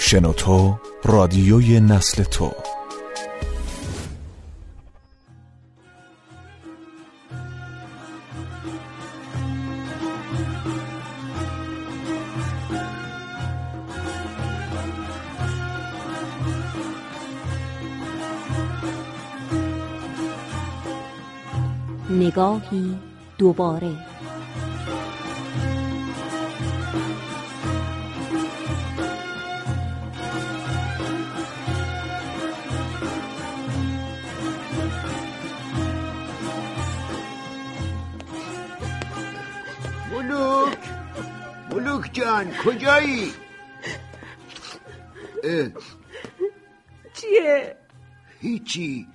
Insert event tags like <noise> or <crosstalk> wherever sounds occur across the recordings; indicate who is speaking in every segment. Speaker 1: شنوتو رادیوی نسل تو
Speaker 2: نگاهی دوباره
Speaker 3: ملوک ملوک جان کجایی اه،
Speaker 4: چیه؟
Speaker 3: هیچی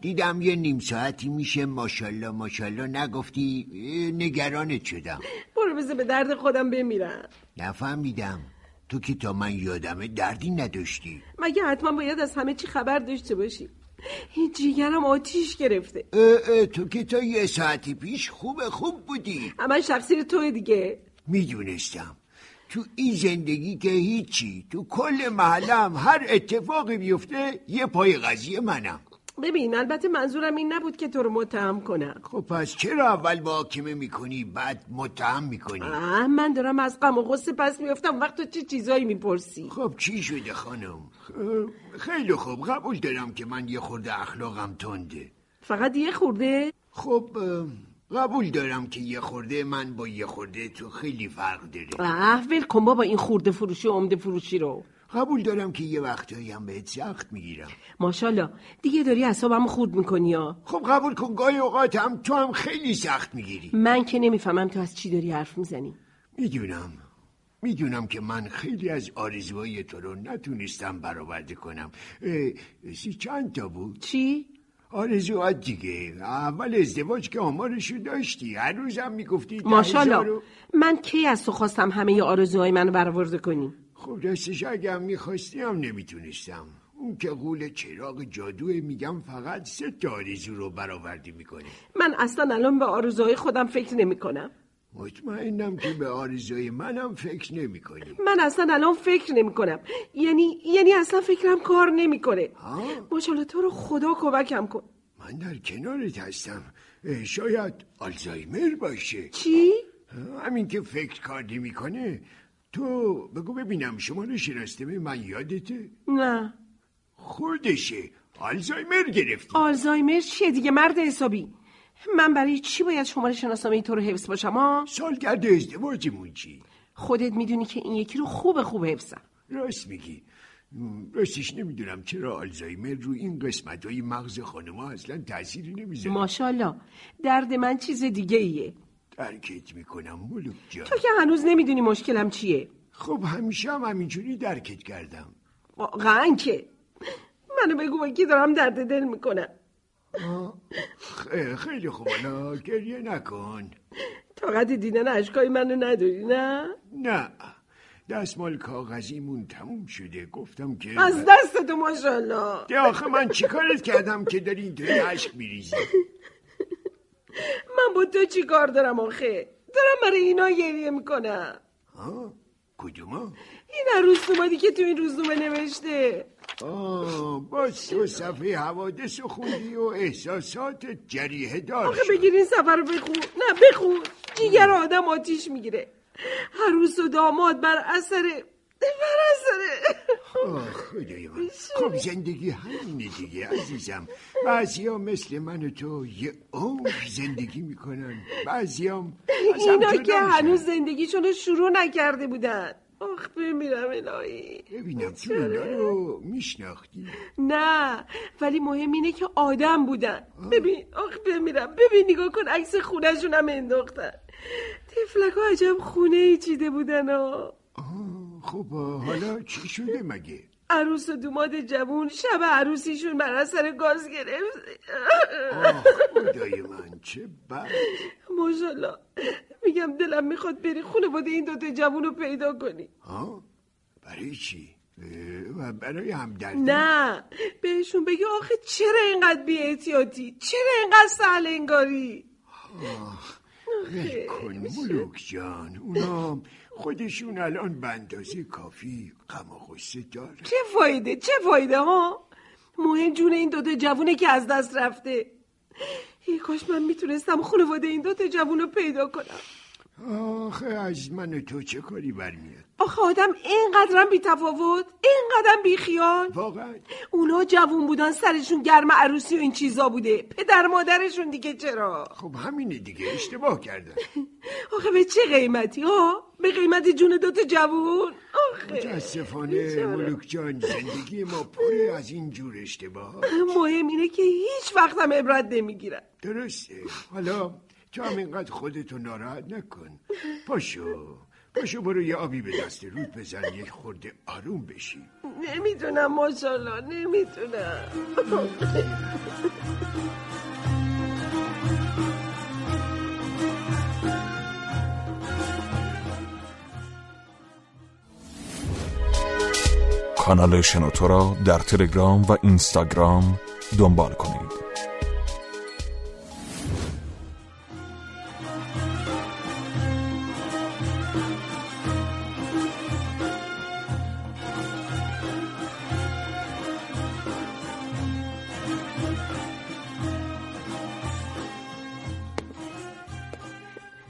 Speaker 3: دیدم یه نیم ساعتی میشه ماشالله ماشالله نگفتی اه، نگرانت شدم
Speaker 4: برو بذار به درد خودم بمیرم
Speaker 3: نفهمیدم تو که تا من یادمه دردی نداشتی
Speaker 4: مگه حتما باید از همه چی خبر داشته باشی هیچ جیگرم آتیش گرفته
Speaker 3: اه، اه، تو که تا یه ساعتی پیش خوب خوب بودی
Speaker 4: اما شخصی تو دیگه
Speaker 3: میدونستم تو این زندگی که هیچی تو کل محلم هر اتفاقی بیفته یه پای قضیه منم
Speaker 4: ببین البته منظورم این نبود که تو رو متهم کنم
Speaker 3: خب پس چرا اول محاکمه میکنی بعد متهم میکنی
Speaker 4: آه، من دارم از غم و غصه پس میفتم وقت تو چه چیزایی میپرسی
Speaker 3: خب چی شده خانم اه، خیلی خوب قبول دارم که من یه خورده اخلاقم تنده
Speaker 4: فقط یه خورده
Speaker 3: خب اه، قبول دارم که یه خورده من با یه خورده تو خیلی فرق داره
Speaker 4: اه ول کن بابا این خورده فروشی و عمده فروشی رو
Speaker 3: قبول دارم که یه وقتایی هم بهت سخت میگیرم
Speaker 4: ماشاءالله دیگه داری اصابم خورد میکنی ها
Speaker 3: خب قبول کن گاهی اوقات هم تو هم خیلی سخت میگیری
Speaker 4: من که نمیفهمم تو از چی داری حرف میزنی
Speaker 3: میدونم میدونم که من خیلی از آرزوهای تو رو نتونستم برآورده کنم اه، سی چند تا بود
Speaker 4: چی؟
Speaker 3: آرزوات دیگه اول ازدواج که آمارشو داشتی هر روزم میگفتی ده هزار
Speaker 4: ماشاءالله
Speaker 3: و-
Speaker 4: من کی از تو خواستم همه ی آرزوهای منو برآورده کنی
Speaker 3: خب راستش اگه هم میخواستی هم نمیتونستم اون که قول چراغ جادوه میگم فقط سه تا آرزو رو برآورده میکنه
Speaker 4: من اصلا الان به آرزوهای خودم فکر نمی کنم
Speaker 3: مطمئنم که به آرزوی منم فکر نمیکنی
Speaker 4: من اصلا الان فکر نمی کنم یعنی یعنی اصلا فکرم کار نمیکنه ماشاءالله تو رو خدا کمکم کن
Speaker 3: من در کنارت هستم اه، شاید آلزایمر باشه
Speaker 4: چی
Speaker 3: همین که فکر کار میکنه تو بگو ببینم شماره شیراستمه من یادته
Speaker 4: نه
Speaker 3: خودشه آلزایمر گرفتی
Speaker 4: آلزایمر چیه دیگه مرد حسابی من برای چی باید شماره شناسنامه تو رو حفظ باشم ها
Speaker 3: سالگرد ازدواجمون چی
Speaker 4: خودت میدونی که این یکی رو خوب خوب حفظم
Speaker 3: راست میگی م، راستش نمیدونم چرا آلزایمر رو این قسمت های مغز خانما اصلا تأثیری نمیذاره
Speaker 4: ماشاءالله درد من چیز دیگه ایه
Speaker 3: درکت میکنم ملوک جان
Speaker 4: تو که هنوز نمیدونی مشکلم چیه
Speaker 3: خب همیشه هم همینجوری درکت کردم
Speaker 4: واقعا که منو بگو با کی دارم درد دل میکنم
Speaker 3: خ- خیلی خوب حالا گریه نکن
Speaker 4: طاقت دیدن اشکای منو نداری نه
Speaker 3: نه دستمال کاغذیمون تموم شده گفتم که
Speaker 4: از دست تو ماشاءالله
Speaker 3: ده آخه من چیکارت کردم که داری اینطوری اشک میریزی
Speaker 4: من با تو چی کار دارم آخه دارم برای اینا گریه میکنم
Speaker 3: ها کدوما
Speaker 4: این عروس اومدی که تو این روزنامه نوشته
Speaker 3: آه باز تو صفحه حوادث رو خوندی و احساسات جریه دار
Speaker 4: آخه
Speaker 3: شد.
Speaker 4: بگیر این سفر رو بخون نه بخون جیگر آدم آتیش میگیره عروس و داماد بر اثر بر اثر
Speaker 3: آه، خدای من خب زندگی همینه دیگه عزیزم بعضی ها مثل من و تو یه عمر زندگی میکنن بعضی هم
Speaker 4: اینا که هنوز زندگیشون رو شروع نکرده بودن آخ بمیرم الهی
Speaker 3: ببینم تو اینا رو میشناختی
Speaker 4: نه ولی مهم اینه که آدم بودن ببین آخ بمیرم ببین نگاه کن عکس خونهشون هم انداختن تفلک ها عجب خونه ای چیده بودن ها
Speaker 3: آه، خب آه، حالا چی شده مگه
Speaker 4: عروس و دوماد جوون شب عروسیشون بر اثر گاز گرفت <laughs>
Speaker 3: آه خدای من چه بد
Speaker 4: ماشالله میگم دلم میخواد بری خونواده این دوتا جوون رو پیدا کنی
Speaker 3: ها برای چی اه، و برای همدردی
Speaker 4: نه بهشون بگی آخه چرا اینقدر بی چرا اینقدر سهل انگاری
Speaker 3: ول کن ملوک جان اونا خودشون الان به اندازه کافی غم و غصه دارن
Speaker 4: چه فایده چه فایده ها مهم جون این دوتا جوونه که از دست رفته ای کاش من میتونستم خانواده این دوتا جوون رو پیدا کنم
Speaker 3: آخه از من و تو چه کاری برمیاد
Speaker 4: آخه آدم اینقدرم بی تفاوت اینقدرم بی خیال
Speaker 3: واقعا
Speaker 4: اونا جوون بودن سرشون گرم عروسی و این چیزا بوده پدر مادرشون دیگه چرا
Speaker 3: خب همینه دیگه اشتباه کردن
Speaker 4: آخه به چه قیمتی ها به قیمت جون دوتا جوون آخه
Speaker 3: متاسفانه ملوک جان زندگی ما پر از این جور اشتباه
Speaker 4: مهم اینه که هیچ وقتم عبرت نمیگیرن
Speaker 3: درسته حالا تو هم اینقدر خودتو ناراحت نکن پاشو پاشو برو یه آبی به دست رود بزن یه خورده آروم بشی
Speaker 4: نمیدونم ماشاءالله نمیدونم
Speaker 1: کانال شنوتو را در تلگرام و اینستاگرام دنبال کنید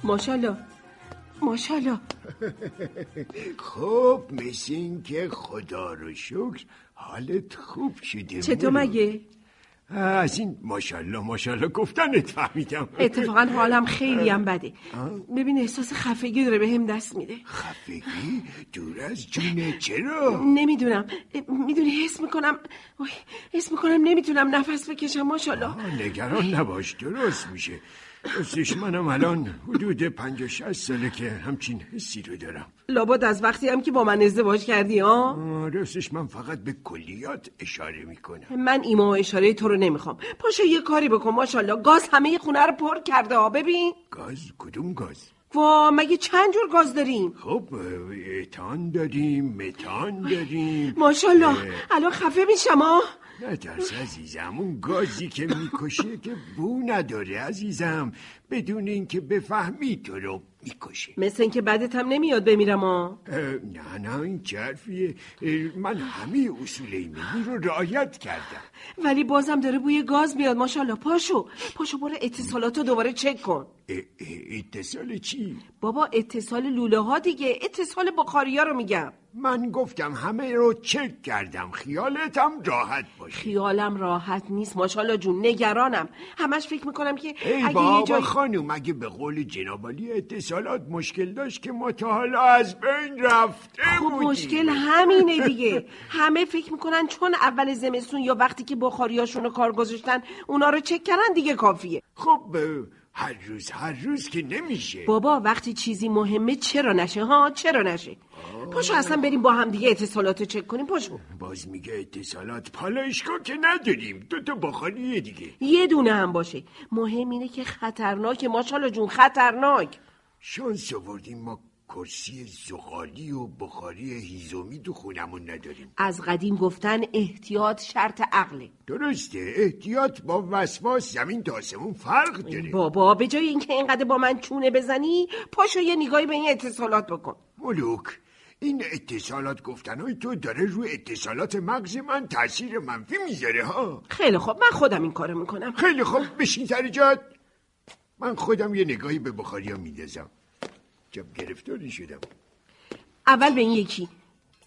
Speaker 4: ماشاءالله ماشاءالله
Speaker 3: خب مثل این که خدا رو شکر حالت خوب شده
Speaker 4: چطور
Speaker 3: مولوک.
Speaker 4: مگه
Speaker 3: از این ماشالله ماشالله گفتنت فهمیدم
Speaker 4: اتفاقا حالم خیلی هم بده ببین احساس خفگی داره بهم دست میده
Speaker 3: خفگی دور از جونه چرا
Speaker 4: نمیدونم میدونی حس میکنم اوی، حس میکنم نمیتونم نفس بکشم ماشاءالله
Speaker 3: آه، نگران نباش درست میشه راستش منم الان حدود پنج و شست ساله که همچین حسی رو دارم
Speaker 4: لابد از وقتی هم که با من ازدواج کردی ها
Speaker 3: آه، راستش من فقط به کلیات اشاره میکنم
Speaker 4: من ایما و اشاره تو رو نمیخوام پاشو یه کاری بکن ماشاءالله گاز همه ی خونه رو پر کرده ها ببین
Speaker 3: گاز کدوم گاز
Speaker 4: وا مگه چند جور گاز داریم
Speaker 3: خب اه، اتان داریم متان داریم
Speaker 4: ماشاءالله الان خفه میشم ها
Speaker 3: نه ترس عزیزم اون گازی که میکشه که بو نداره عزیزم بدون اینکه بفهمی تو رو میکشه
Speaker 4: مثل اینکه بعدت هم نمیاد بمیرم ها
Speaker 3: اه، نه نه این چه حرفیه اه، من همه اصول ایمنی رو رعایت کردم
Speaker 4: ولی بازم داره بوی گاز میاد ماشاءالله پاشو پاشو برو اتصالاتو دوباره چک کن
Speaker 3: اه، اه، اتصال چی؟
Speaker 4: بابا اتصال لوله ها دیگه اتصال بخاری ها رو میگم
Speaker 3: من گفتم همه رو چک کردم خیالتم راحت باشه
Speaker 4: خیالم راحت نیست ماشاءالله جون نگرانم همش فکر میکنم که
Speaker 3: ای
Speaker 4: اگه یه
Speaker 3: بابا
Speaker 4: جای
Speaker 3: خانم اگه به قول جنابالی اتصالات مشکل داشت که ما تا حالا از بین رفته
Speaker 4: خب
Speaker 3: بودیم
Speaker 4: مشکل همینه دیگه همه فکر میکنن چون اول زمستون یا وقتی که بخاریاشون رو کار گذاشتن اونا رو چک کردن دیگه کافیه
Speaker 3: خب اه، هر روز هر روز که نمیشه
Speaker 4: بابا وقتی چیزی مهمه چرا نشه ها چرا نشه پاشو اصلا بریم با هم دیگه اتصالات رو چک کنیم پاشو
Speaker 3: باز میگه اتصالات پالایشگاه که نداریم دوتا بخاریه دیگه
Speaker 4: یه دونه هم باشه مهم اینه که خطرناک ماشاءالله جون خطرناک
Speaker 3: شانس آوردیم ما کرسی زغالی و بخاری هیزومی تو خونمون نداریم
Speaker 4: از قدیم گفتن احتیاط شرط عقله
Speaker 3: درسته احتیاط با وسواس زمین تا آسمون فرق داره
Speaker 4: بابا به جای اینکه اینقدر با من چونه بزنی پاشو یه نگاهی به این اتصالات بکن
Speaker 3: ملوک این اتصالات گفتنهای تو داره روی اتصالات مغز من تاثیر منفی میذاره ها
Speaker 4: خیلی خوب من خودم این کارو میکنم
Speaker 3: خیلی خوب بشین سر جات من خودم یه نگاهی به بخاریا میندازم جب گرفتاری شدم
Speaker 4: اول به این یکی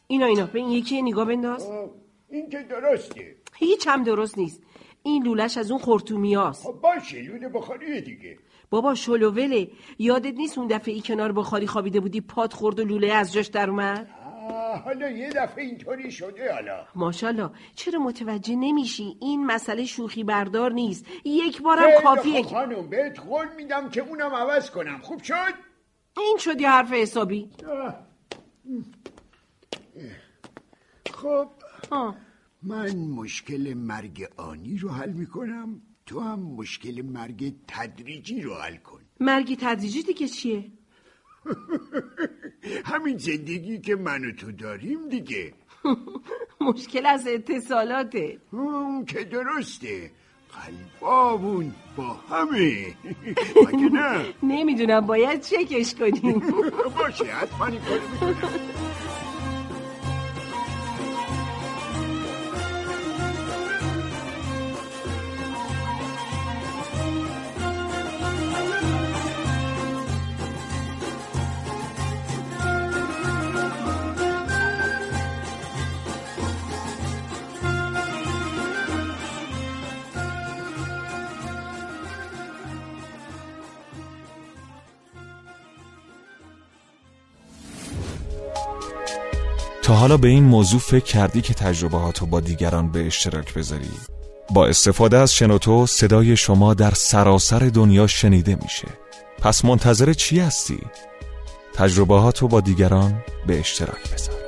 Speaker 4: اینا اینا به این یکی یه نگاه بنداز
Speaker 3: آه، این که درسته
Speaker 4: هیچ هم درست نیست این لولش از اون خورتومیاست
Speaker 3: خب باشه لوله بخاری دیگه
Speaker 4: بابا شلووله یادت نیست اون دفعه ای کنار بخاری خوابیده بودی پات خورد و لوله از جاش در اومد
Speaker 3: آه، حالا یه دفعه اینطوری شده حالا
Speaker 4: ماشاءالله چرا متوجه نمیشی این مسئله شوخی بردار نیست یک بارم
Speaker 3: خیلی
Speaker 4: کافیه
Speaker 3: خب،
Speaker 4: که-
Speaker 3: خانم بهت قول میدم که اونم عوض کنم خوب شد
Speaker 4: این شد یه حرف حسابی
Speaker 3: خب
Speaker 4: آه.
Speaker 3: من مشکل مرگ آنی رو حل میکنم تو هم مشکل مرگ تدریجی رو حل کن
Speaker 4: مرگ تدریجی دیگه چیه <laughs>
Speaker 3: همین زندگی که من و تو داریم دیگه
Speaker 4: مشکل از اتصالاته
Speaker 3: اون که درسته قلبابون با همه <laughs> مگه نه
Speaker 4: نمیدونم باید چکش کنیم
Speaker 3: باشه حتما این کارو میکنم
Speaker 1: تا حالا به این موضوع فکر کردی که تجربه هاتو با دیگران به اشتراک بذاری؟ با استفاده از شنوتو صدای شما در سراسر دنیا شنیده میشه پس منتظر چی هستی؟ تجربه هاتو با دیگران به اشتراک بذار